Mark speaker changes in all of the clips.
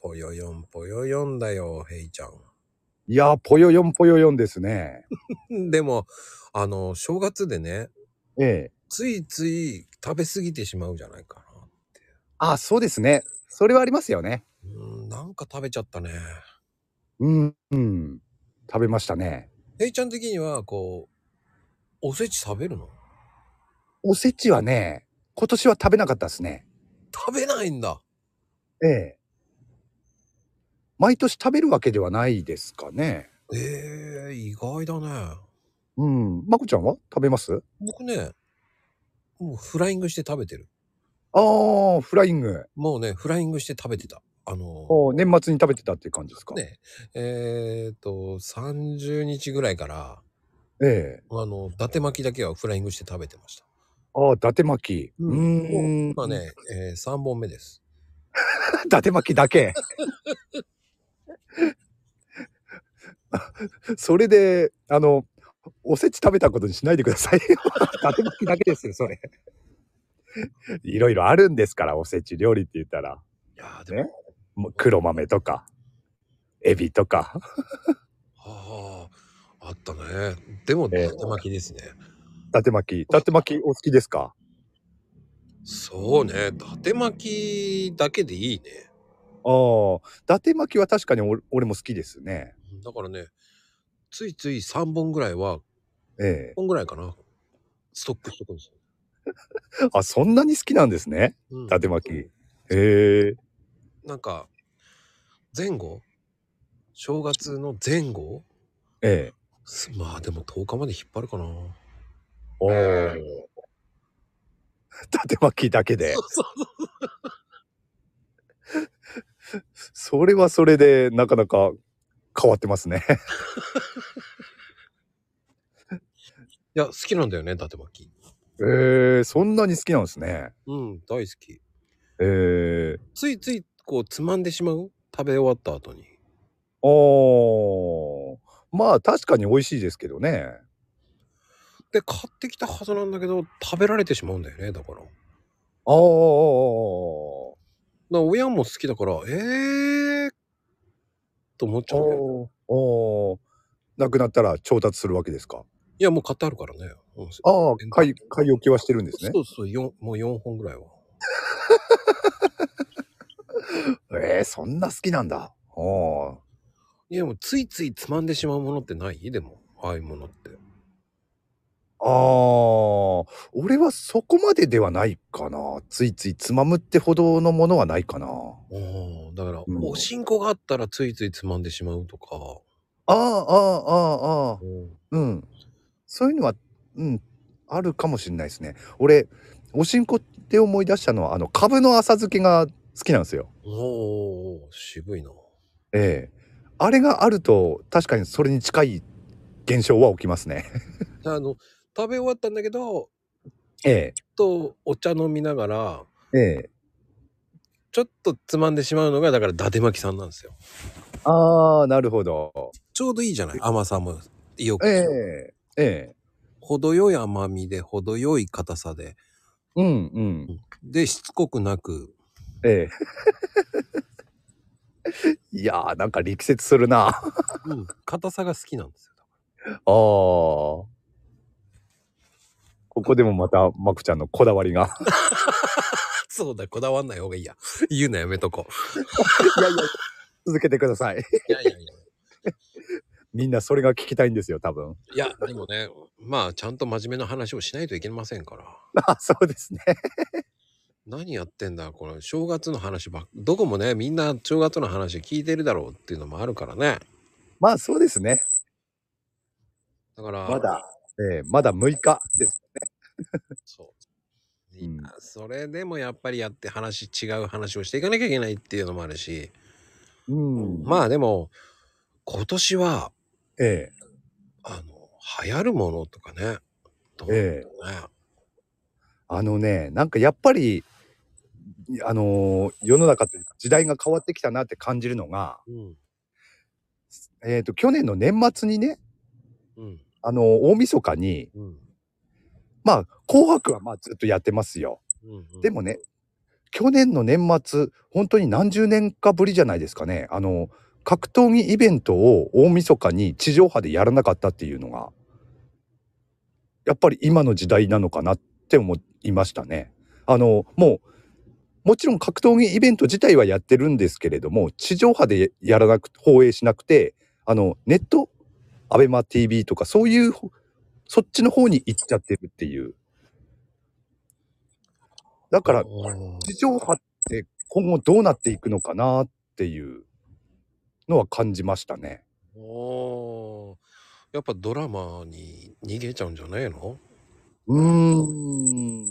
Speaker 1: ぽよよんぽよよんだよ、ヘイちゃ
Speaker 2: いやー、ぽよよんぽよよんです ね。
Speaker 1: ん。でも、あの、正月でね、
Speaker 2: ええ。
Speaker 1: ついつい食べ過ぎてしまうじゃないか
Speaker 2: あ、そうですね。それはありますよね。
Speaker 1: な。うーん、なんか食べちゃったね。
Speaker 2: うん、うん。食べましたね。
Speaker 1: ヘイちゃん的には、こう、おせち食べるの
Speaker 2: おせちはね、今年は食べなかったですね。
Speaker 1: 食べないんだ。
Speaker 2: ええ。毎年食べるわけではないですかね。
Speaker 1: ええ意外だね。
Speaker 2: うん。まこちゃんは食べます
Speaker 1: 僕ね、もうフライングして食べてる。
Speaker 2: ああ、フライング。
Speaker 1: もうね、フライングして食べてた。あの、
Speaker 2: お年末に食べてたっていう感じですか。
Speaker 1: ね、えっ、と、30日ぐらいから、
Speaker 2: ええ。
Speaker 1: あの、伊達巻きだけはフライングして食べてました。
Speaker 2: ああ、伊達巻き。うーん。
Speaker 1: 今。ね、えー、3本目です。
Speaker 2: 伊達巻きだけ。 それで、あの、おせち食べたことにしないでください よ。伊達巻きだけですよ、それ。いろいろあるんですから、おせち料理って言ったら。
Speaker 1: いやー
Speaker 2: でも、もう黒豆とか、エビとか。
Speaker 1: はあ、あったね。でも、伊
Speaker 2: ええ
Speaker 1: 達巻きですね。
Speaker 2: 伊達巻き。伊達巻きお好きですか
Speaker 1: そうね、伊達巻きだけでいいね。
Speaker 2: ああ、伊達巻きは確かにお俺も好きですね。
Speaker 1: だからね、ついつい3本ぐらいは、
Speaker 2: ええ
Speaker 1: 1本ぐらいかな、ストックしとくんですよ。
Speaker 2: あ、そんなに好きなんですね。
Speaker 1: うん
Speaker 2: 伊達巻き。へえ。
Speaker 1: なんか、前後正月の前後
Speaker 2: ええ。
Speaker 1: すまあでも10日まで引っ張るかな。
Speaker 2: おお。 伊達巻きだけで
Speaker 1: そう。そう
Speaker 2: それはそれで、なかなか変わってますね。
Speaker 1: いや、好きなんだよね、伊達巻き。
Speaker 2: ええそんなに好きなんですね。
Speaker 1: うん、大好き。
Speaker 2: ええ
Speaker 1: ついつい、こう、つまんでしまう食べ終わった後に。
Speaker 2: おお。まあ、確かに美味しいですけどね。
Speaker 1: で、買ってきたはずなんだけど、食べられてしまうんだよね、だから。だか
Speaker 2: ああ。
Speaker 1: ら親も好きだから、えーと思っちゃうね、
Speaker 2: おおなくなったら調達するわけですか
Speaker 1: いや、もう買ってあるからね。うん
Speaker 2: ああ買い買い置きはしてるんですね
Speaker 1: そうそう、よんもう4本ぐらいは。
Speaker 2: ええそんな好きなんだお
Speaker 1: いや、もうついついつまんでしまうものってないでも、ああいうものって。
Speaker 2: ああ俺はそこまでではないかなついついつまむってほどのものはないかな
Speaker 1: おーだから、
Speaker 2: うん
Speaker 1: おしんこがあったらついついつまんでしまうとか。
Speaker 2: ああああああうんそういうのはうんあるかもしれないですね俺おしんこって思い出したのはあのカブの浅漬けが好きなんですよ
Speaker 1: おー、渋いな。
Speaker 2: ええあれがあると確かにそれに近い現象は起きますね
Speaker 1: あの食べ終わったんだけど
Speaker 2: え
Speaker 1: ちょっとお茶飲みながら
Speaker 2: え、ええ。
Speaker 1: ちょっとつまんでしまうのがだから伊達巻きさんなんですよ
Speaker 2: ああ、なるほど。
Speaker 1: ちょうどいいじゃない甘さもよく、
Speaker 2: ええ、ええ。
Speaker 1: 程よい甘みで程よい硬さで
Speaker 2: うん、うん。
Speaker 1: でしつこくなく
Speaker 2: ええ。 いやー、なんか力説するな。あ
Speaker 1: うん硬さが好きなんですよ
Speaker 2: あ。ここでもまた、まくちゃんのこだわりが。
Speaker 1: そうだこだわんない方がいいや言うのやめとこう
Speaker 2: いやいや、続けてください。
Speaker 1: いやいやいや
Speaker 2: みんなそれが聞きたいんですよ、多分。
Speaker 1: いやでもねまあちゃんと真面目な話をしないといけませんから
Speaker 2: あそうですね。
Speaker 1: 何やってんだこの正月の話ばっどこもねみんな正月の話聞いてるだろうっていうのもあるからね
Speaker 2: まあ、そうですね。
Speaker 1: だから
Speaker 2: まだ、ええまだ6日です。
Speaker 1: そう。
Speaker 2: うん
Speaker 1: いやそれでもやっぱりやって話違う話をしていかなきゃいけないっていうのもあるし、
Speaker 2: うんまあ、
Speaker 1: まあでも今年は
Speaker 2: え
Speaker 1: あの流行るものとかねどう
Speaker 2: え、
Speaker 1: ね、
Speaker 2: ええ。あのね、なんかやっぱり、あのー世の中というか時代が変わってきたなって感じるのが、
Speaker 1: うん
Speaker 2: えっ、と、去年の年末にね、
Speaker 1: うん
Speaker 2: あのー大晦日に、
Speaker 1: うん
Speaker 2: まあ、紅白はまあずっとやってますよ。
Speaker 1: うんうん
Speaker 2: でもね、去年の年末本当に何十年かぶりじゃないですかねあの格闘技イベントを大晦日に地上波でやらなかったっていうのがやっぱり今の時代なのかなって思いましたね。あのもうもちろん格闘技イベント自体はやってるんですけれども地上波でやらなく放映しなくてあのネットアベマ t v とかそういうほそっちの方に行っちゃってるっていうだから地上波って今後どうなっていくのかなっていうのは感じましたね。
Speaker 1: おおーやっぱドラマに逃げちゃうんじゃないの
Speaker 2: うーん。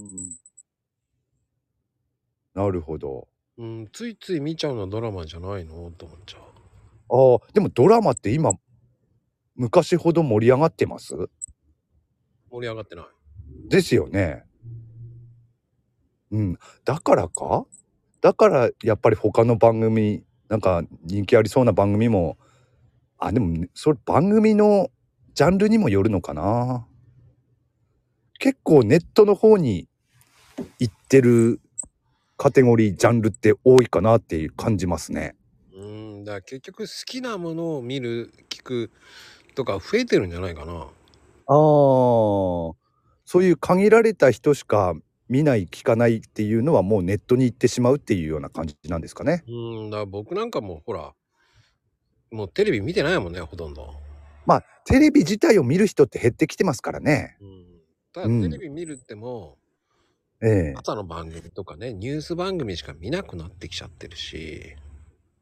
Speaker 2: なるほど。
Speaker 1: うん、ついつい見ちゃうのはドラマじゃないのと思っちゃう。
Speaker 2: ああ、でもドラマって今、昔ほど盛り上がってます
Speaker 1: 盛り上がってない。
Speaker 2: ですよね。うん。だからかだからやっぱり他の番組、なんか人気ありそうな番組も、あ、でもね、それ番組のジャンルにもよるのかな。結構ネットの方に行ってるカテゴリー、ジャンルって多いかなっていう感じますね。
Speaker 1: うん、だから結局好きなものを見る、聞くとか増えてるんじゃないかな。
Speaker 2: ああ、そういう限られた人しか見ない、聞かないっていうのはもうネットに行ってしまうっていうような感じなんですかね。
Speaker 1: うん、だから僕なんかもほら、もうテレビ見てないもんね、ほとんど。
Speaker 2: まあ、テレビ自体を見る人って減ってきてますからね。
Speaker 1: うん、ただ
Speaker 2: うん
Speaker 1: テレビ見るっても、
Speaker 2: ええ。
Speaker 1: 朝の番組とかね、ニュース番組しか見なくなってきちゃってるし、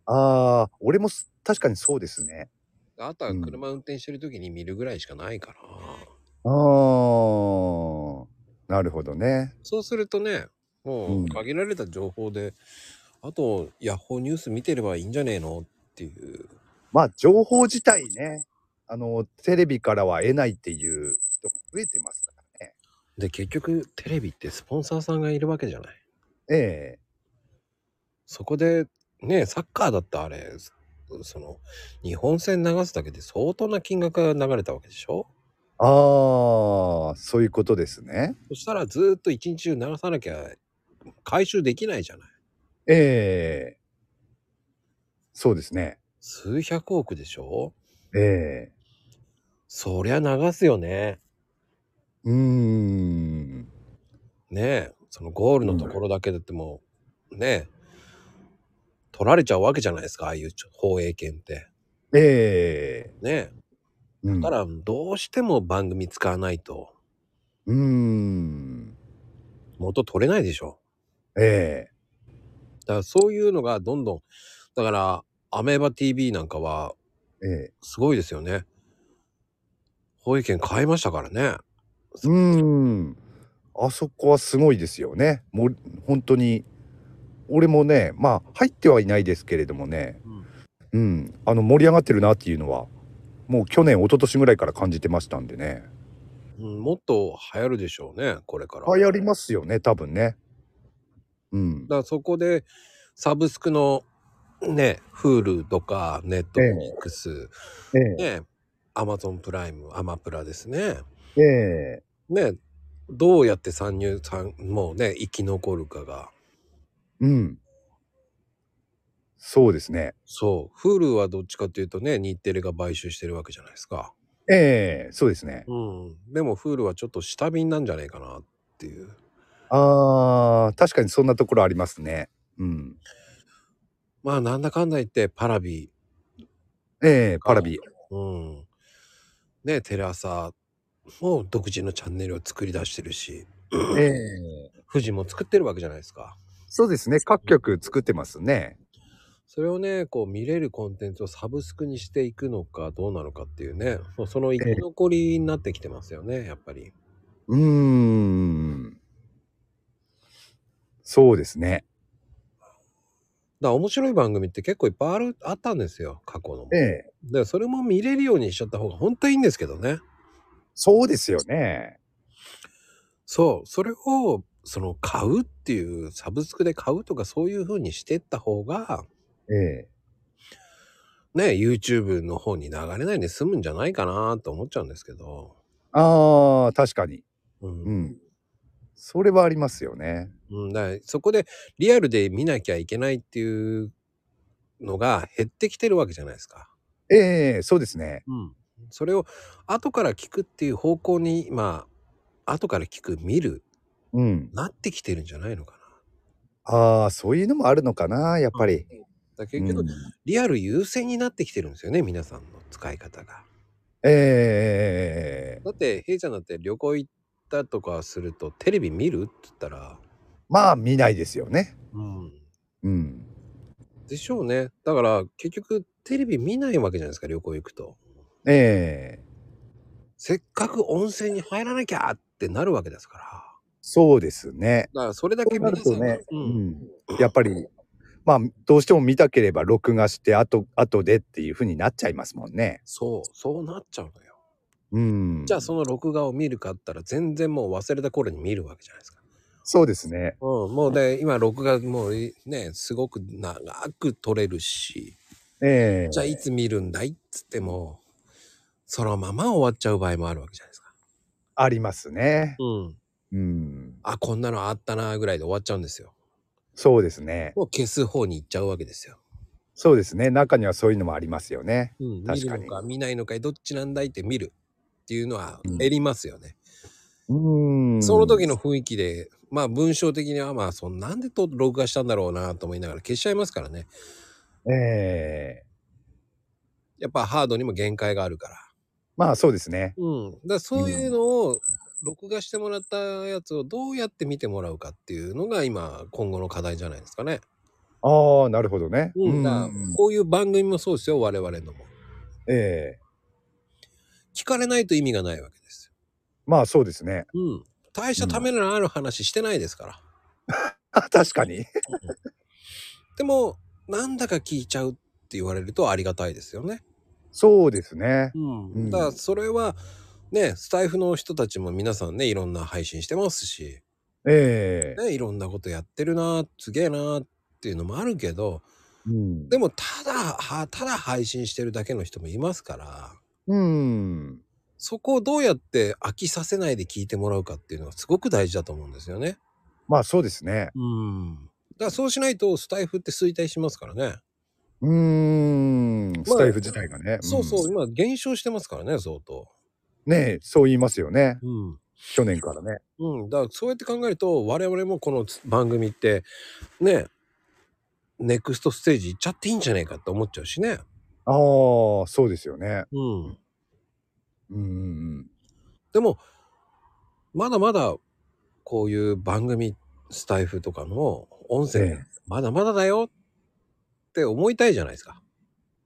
Speaker 2: ああ、俺もす確かにそうですね。
Speaker 1: あとは車運転してる時に見るぐらいしかないから、
Speaker 2: ああ、なるほどね。
Speaker 1: そうするとね、も
Speaker 2: う
Speaker 1: うん限られた情報で、あとヤッホーニュース見てればいいんじゃねえのっていう。
Speaker 2: まあ、情報自体ね、あの、テレビからは得ないっていう人も増えてますからね。
Speaker 1: で、結局テレビってスポンサーさんがいるわけじゃない。
Speaker 2: ええ。
Speaker 1: そこで、ね、サッカーだったあれ、その、日本戦流すだけで相当な金額が流れたわけでしょ
Speaker 2: ああ、そういうことですね。
Speaker 1: そしたらずーっと一日中流さなきゃ回収できないじゃない。
Speaker 2: ええ。そうですね。
Speaker 1: 数百億でしょ
Speaker 2: ええ。
Speaker 1: そりゃ流すよね。
Speaker 2: うーん。
Speaker 1: ねえ、そのゴールのところだけだってもう、ねえ、取られちゃうわけじゃないですか、ああいうちょ放映権って。
Speaker 2: ええ。
Speaker 1: ね
Speaker 2: うん
Speaker 1: え。だから、どうしても番組使わないと、
Speaker 2: うーん。
Speaker 1: 元取れないでしょ。
Speaker 2: ええ。
Speaker 1: だから、そういうのがどんどん、だから、アメーバ TV なんかは、
Speaker 2: ええ。
Speaker 1: すごいですよね。放映権買いましたからね。
Speaker 2: うーん。あそこはすごいですよね。もう本当に。俺もね、まあ入ってはいないですけれどもね、うん、あの盛り上がってるなっていうのは、もう去年、一昨年ぐらいから感じてましたんでね。
Speaker 1: うん、もっと流行るでしょうね、これから。
Speaker 2: 流行りますよね、多分ね。うん
Speaker 1: だ。からそこでサブスクのね、Hulu とか Netflix、
Speaker 2: え
Speaker 1: ね、Amazon プライム、アマプラですね。
Speaker 2: え、ええ、
Speaker 1: ね、どうやって参入さんもうね、生き残るかが。
Speaker 2: うん。そうですね。
Speaker 1: そう、Hulu はどっちかというとね、日テレが買収してるわけじゃないですか。
Speaker 2: ええ、そうですね。
Speaker 1: うん。でも Hulu はちょっと下便なんじゃないかなっていう。
Speaker 2: ああ、確かにそんなところありますね。うん。
Speaker 1: まあなんだかんだ言ってパラビ、
Speaker 2: ええ、パラビ。
Speaker 1: うん。ね、テレ朝も独自のチャンネルを作り出してるし。
Speaker 2: ええ、
Speaker 1: 富士も作ってるわけじゃないですか。
Speaker 2: そうですね。各局作ってますね。
Speaker 1: それをね、こう見れるコンテンツをサブスクにしていくのかどうなのかっていうね、もうその生き残りになってきてますよね、やっぱり。
Speaker 2: うーん。そうですね。
Speaker 1: だから面白い番組って結構いっぱいあるあったんですよ、過去のも。
Speaker 2: ええ。
Speaker 1: で、それも見れるようにしちゃった方が本当はいいんですけどね。
Speaker 2: そうですよね。
Speaker 1: そう、それを、その買うっていう、サブスクで買うとかそういう風にしてった方が、
Speaker 2: ええ。
Speaker 1: ね、YouTube の方に流れないで済むんじゃないかなと思っちゃうんですけど。
Speaker 2: ああ、確かに。
Speaker 1: うん
Speaker 2: うん。それはありますよね。
Speaker 1: うん、だからそこでリアルで見なきゃいけないっていうのが減ってきてるわけじゃないですか。
Speaker 2: ええそうですね。
Speaker 1: うん、それを後から聞くっていう方向にまあ後から聞く見る
Speaker 2: うん。
Speaker 1: なってきてるんじゃないのかな。
Speaker 2: ああ、そういうのもあるのかな、やっぱり。
Speaker 1: だから結
Speaker 2: うん
Speaker 1: 局、リアル優先になってきてるんですよね皆さんの使い方が。
Speaker 2: ええ
Speaker 1: だって平ちゃんだって旅行行ったとかするとテレビ見るって言ったら、
Speaker 2: まあ見ないですよね。
Speaker 1: うん、
Speaker 2: うん。
Speaker 1: でしょうねだから結局テレビ見ないわけじゃないですか旅行行くと。
Speaker 2: ええ
Speaker 1: せっかく温泉に入らなきゃってなるわけですから。
Speaker 2: そうですね。
Speaker 1: だからそれだけ
Speaker 2: そうな
Speaker 1: 皆
Speaker 2: る
Speaker 1: さ
Speaker 2: と
Speaker 1: んが、
Speaker 2: ね、
Speaker 1: う、
Speaker 2: うんん。やっぱり、まあどうしても見たければ録画して後、後でっていうふうになっちゃいますもんね。
Speaker 1: そうそうなっちゃうのよ。
Speaker 2: うん。
Speaker 1: じゃあその録画を見るかったら全然もう忘れた頃に見るわけじゃないですか。
Speaker 2: そうですね。
Speaker 1: うん、もうで今録画もういねすごく長く撮れるし
Speaker 2: ええ
Speaker 1: じゃあいつ見るんだいっつってもそのまま終わっちゃう場合もあるわけじゃないですか。
Speaker 2: ありますね。
Speaker 1: うん、
Speaker 2: うん。
Speaker 1: あこんなのあったなぐらいで終わっちゃうんですよ。
Speaker 2: そうですね。
Speaker 1: もう消す方に行っちゃうわけですよ。
Speaker 2: そうですね。中にはそういうのもありますよね。
Speaker 1: うん、見
Speaker 2: 確
Speaker 1: る
Speaker 2: かに
Speaker 1: のか見ないのかいどっちなんだいって見るっていうのは
Speaker 2: うん
Speaker 1: やりますよね。
Speaker 2: うん。
Speaker 1: その時の。雰囲気で、まあ文章的にはまあそんなんでと録画したんだろうなと思いながら消しちゃいますからね。
Speaker 2: ええ
Speaker 1: やっぱハードにも限界があるから。
Speaker 2: まあそうですね。
Speaker 1: うん。だからそういうのを録画してもらったやつをどうやって見てもらうかっていうのが今今後の課題じゃないですかね。
Speaker 2: ああ、なるほどね。
Speaker 1: うん。だから
Speaker 2: うん
Speaker 1: こういう番組もそうですよ我々のも。
Speaker 2: ええ
Speaker 1: 聞かれないと意味がないわけです
Speaker 2: まあそうですね。
Speaker 1: よ。うん。大したためのある話してないですから。
Speaker 2: あ確 かに。
Speaker 1: でもなんだか聞いちゃうって言われるとありがたいですよね。
Speaker 2: そうですね。
Speaker 1: うん、だからそれはねスタイフの人たちも皆さんねいろんな配信してますし、
Speaker 2: ええ
Speaker 1: ね、いろんなことやってるなすげえなっていうのもあるけど
Speaker 2: うん。
Speaker 1: でもただはただ配信してるだけの人もいますから
Speaker 2: うん。
Speaker 1: そこをどうやって飽きさせないで聞いてもらうかっていうのはすごく大事だと思うんですよね。
Speaker 2: まあそうですね。
Speaker 1: うんだからそうしないとスタイフって衰退しますからね。
Speaker 2: うーん。スタイフ自体がね。ん
Speaker 1: そうそう、。今減少してますからね、相当。
Speaker 2: ねえ、そう言いますよね。
Speaker 1: うん。
Speaker 2: 去年からね。
Speaker 1: うん、だからそうやって考えると我々もこのつ番組ってねネクストステージ行っちゃっていいんじゃないかって思っちゃうしね。
Speaker 2: ああ、そうですよね。
Speaker 1: うん、
Speaker 2: うんうん
Speaker 1: でもまだまだこういう番組スタイフとかの音声、
Speaker 2: ええ
Speaker 1: まだまだだよって思いたいじゃないですか。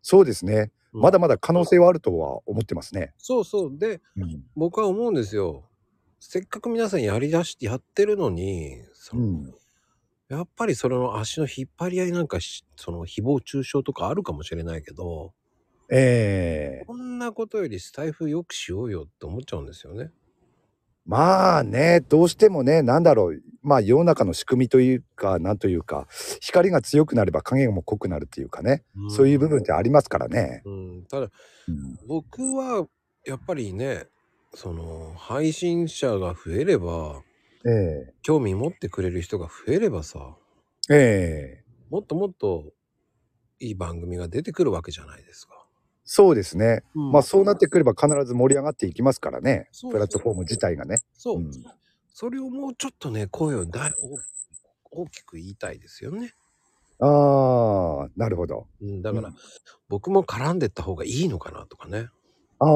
Speaker 2: そうですね。
Speaker 1: うん
Speaker 2: まだまだ可能性はあるとは思ってますね。
Speaker 1: そうそうで
Speaker 2: うん。
Speaker 1: 僕は思うんですよ。せっかく皆さんやりだしてやってるのに、その
Speaker 2: うん
Speaker 1: やっぱりそれの足の引っ張り合いなんかしその誹謗中傷とかあるかもしれないけど、
Speaker 2: ええ
Speaker 1: こんなことよりスタイフよくしようよって思っちゃうんですよね。
Speaker 2: まあね、どうしてもね、なんだろう。まあ世の中の仕組みというか、なんというか、光が強くなれば影も濃くなるっていうかね。そういう部分っ。てありますからね。
Speaker 1: うん、ただ
Speaker 2: うん
Speaker 1: 僕はやっぱりねその配信者が増えれば
Speaker 2: え
Speaker 1: 興味持ってくれる人が増えればさ
Speaker 2: えええ
Speaker 1: もっともっといい番組が出てくるわけじゃないですか。
Speaker 2: そうですね。まあそうなって
Speaker 1: る
Speaker 2: くれば必ず盛り上がっていきますからね。
Speaker 1: そう
Speaker 2: プラットフォーム自体がね。
Speaker 1: そう、
Speaker 2: うん
Speaker 1: それをもうちょっとね声をだ大きく言いたいですよね。
Speaker 2: ああ、なるほど。
Speaker 1: うん、だから、
Speaker 2: うん
Speaker 1: 僕も絡んでった方がいいのかなとかね。
Speaker 2: あ
Speaker 1: う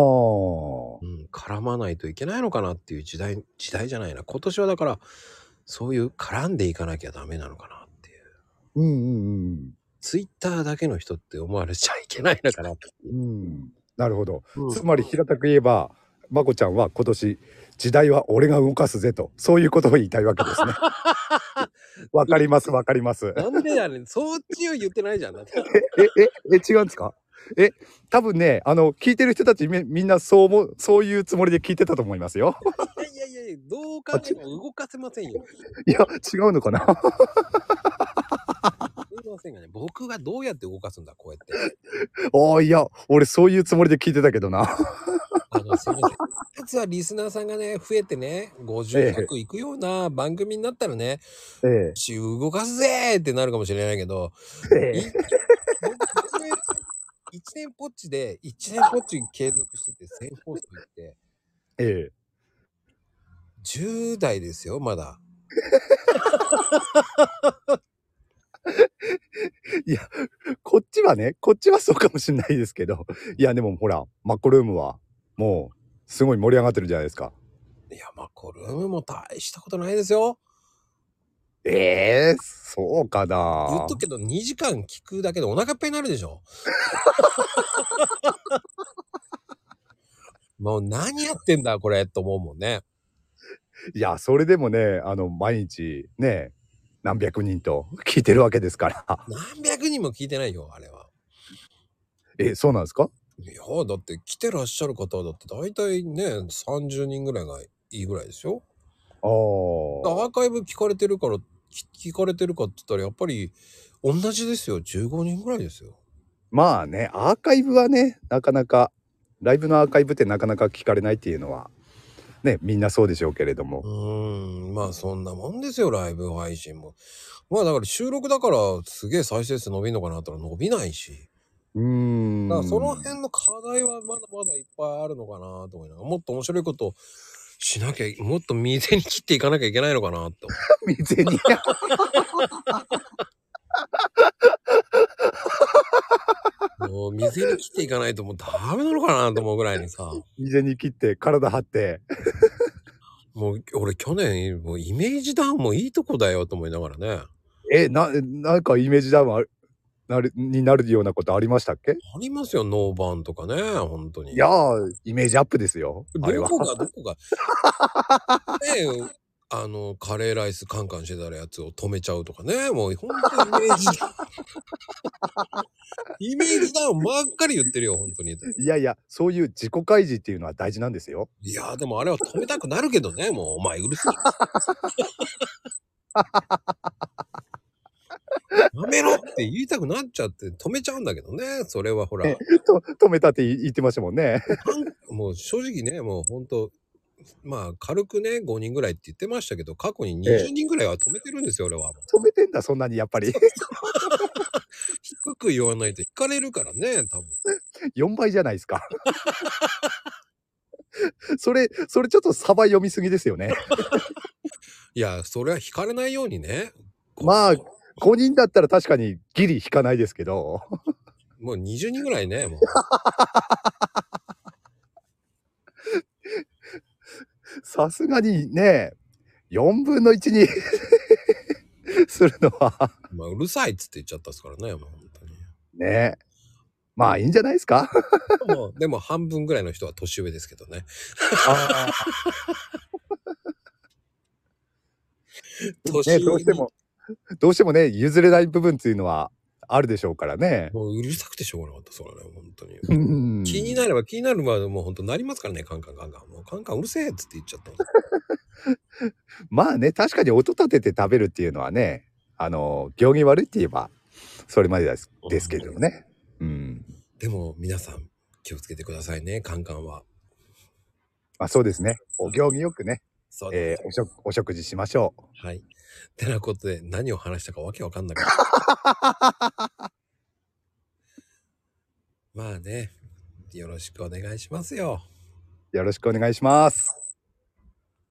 Speaker 1: ん、絡まないといけないのかなっていう時代時代じゃないな今年はだからそういう絡んでいかなきゃダメなのかなっていう
Speaker 2: あ、うん
Speaker 1: ツイッターだけの人って思われちゃいけないのかなって、
Speaker 2: うんうん。うん、なるほど。
Speaker 1: うん
Speaker 2: つまり平たく言えば、まこちゃんは今年、時代は俺が動かすぜと、そういうことを言いたいわけ ですね。わかります、わかります。
Speaker 1: なんでやねんそっちを言ってないじゃんだって
Speaker 2: え、え、え、違うんですかえ、多分ね、あの、聞いてる人たちみみんなそうも、そういうつもりで聞いてたと思いますよ。
Speaker 1: いやいやいやどう考えても動かせませんよ
Speaker 2: いや、違うの かな
Speaker 1: 動かせませんがね僕がどうやって動かすんだこうやって
Speaker 2: ああ、いや、俺そういうつもりで聞いてたけどな。
Speaker 1: あの、すいません。実はリスナーさんがね、増えてね、
Speaker 2: ええ
Speaker 1: 50、100いくような番組になったらね、
Speaker 2: え
Speaker 1: 週動かすぜーってなるかもしれないけど、
Speaker 2: えええ
Speaker 1: 僕一年一年ポッチで、一年ポッチ継続してて、1000放送行って、
Speaker 2: ええ
Speaker 1: 10代ですよ、まだ。
Speaker 2: こっちはね、こっちはそうかもしれないですけど、いや、でもほら、マッコルームは、もう、すごい盛り上がってるじゃないですか。
Speaker 1: いや、まあ、コルームも大したことないですよ。
Speaker 2: ええそうかな
Speaker 1: 言っとくけど、2時間聞くだけでお腹いっぱいになるでしょ。 もう何やってんだ、これ、と思うもんね。
Speaker 2: いや、それでもね、あの、毎日、ね、何百人と聞いてるわけですから。
Speaker 1: 何百人も聞いてないよ、あれは。
Speaker 2: え、そうなんですか
Speaker 1: いや、だって来てらっしゃる方だって大体ね、30人ぐらいがいいぐらいですよ。
Speaker 2: あ
Speaker 1: ア
Speaker 2: あ。
Speaker 1: ーカイブ聞かれてるから、き聞かれてるかって言ったら、やっぱり同じですよ。15人ぐらいですよ。
Speaker 2: まあね、アーカイブはね、なかなか、ライブのアーカイブってなかなか聞かれないっていうのは、ね、みんなそうでしょうけれど
Speaker 1: う
Speaker 2: も。
Speaker 1: ーん、まあそんなもんですよ、ライブ配信も。まあだから収録だからすげえ再生数伸びんのかなと思ったら伸びないし。
Speaker 2: うーん。
Speaker 1: だからその辺の課題はまだまだいっぱいあるのかなと思いながら、もっと面白いことしなきゃ、もっと店に切っていかなきゃいけないのかなって思う。
Speaker 2: 未然に。
Speaker 1: もう水に切っていかないともうダメなのかなと思うぐらいにさ。
Speaker 2: 未然に切って、体張って。
Speaker 1: もう俺去年、もうイメージダウンもいいとこだよと思いながらね。
Speaker 2: え、な、なんかイメージダウンあるなる、になるようなことありましたっけ
Speaker 1: ありますよ、ノーバンとかね、本当に。
Speaker 2: いやー、イメージアップですよ。あれ
Speaker 1: ど
Speaker 2: は。
Speaker 1: こがどこ が。ねえあの、カレーライスカンカンしてたらやつを止めちゃうとかね、もう本当にイメー ジダウン。イメージダウンばっかり言ってるよ、本当に。
Speaker 2: いやいや、そういう自己開示っていうのは大事なんですよ。
Speaker 1: いやーでもあれは止めたくなるけどね、もうお前う るさい。やめろって言いたくなっちゃって止めちゃうんだけどね、それはほら。
Speaker 2: と止めたって言ってましたもんね。
Speaker 1: もう正直ね、もう本当まあ軽くね、5人ぐらいって言ってましたけど、過去に
Speaker 2: ええ
Speaker 1: 20人ぐらいは止めてるんですよ、俺は。
Speaker 2: 止めてんだ、そんなにやっぱり。
Speaker 1: 低く言わないと引かれるからね、多分。
Speaker 2: 4倍じゃないですか。それ、それちょっとサバ読みすぎですよね。
Speaker 1: いや、それは引かれないようにね。
Speaker 2: まあ5人だったら確かにギリ引かないですけど。
Speaker 1: もう20人ぐらいね、 もう。
Speaker 2: さすがにね、4分の1に するのは、
Speaker 1: まあ、うるさいっつって言っちゃったですからね、もう本当に。
Speaker 2: ね。まあいいんじゃないですか。
Speaker 1: もうでも半分ぐらいの人は年上ですけどね。
Speaker 2: あー
Speaker 1: 年上
Speaker 2: ね、どうしても、どうしてもね、譲れない部分っていうのはあるでしょうからね
Speaker 1: に。。もううるさくてしょうがなかった、それはね、本当に。
Speaker 2: うん
Speaker 1: 気になれば気になるまでもう本当なりますからね、カンカンカンカン。もうカンカンうるせえっつって言っちゃったんです
Speaker 2: まあね確かに音立てて食べるっていうのはねあの行儀悪いって言えばそれまでですですけどね。うん
Speaker 1: でも皆さん気をつけてくださいね、カンカンは。
Speaker 2: まあそうですねお行儀よくね、
Speaker 1: そう
Speaker 2: え
Speaker 1: です。
Speaker 2: ーお食お食事しましょう。
Speaker 1: はい。てなことで何を話したかわけわかんなかっ た。まあね、よろしくお願いしますよ。
Speaker 2: よろしくお願いします。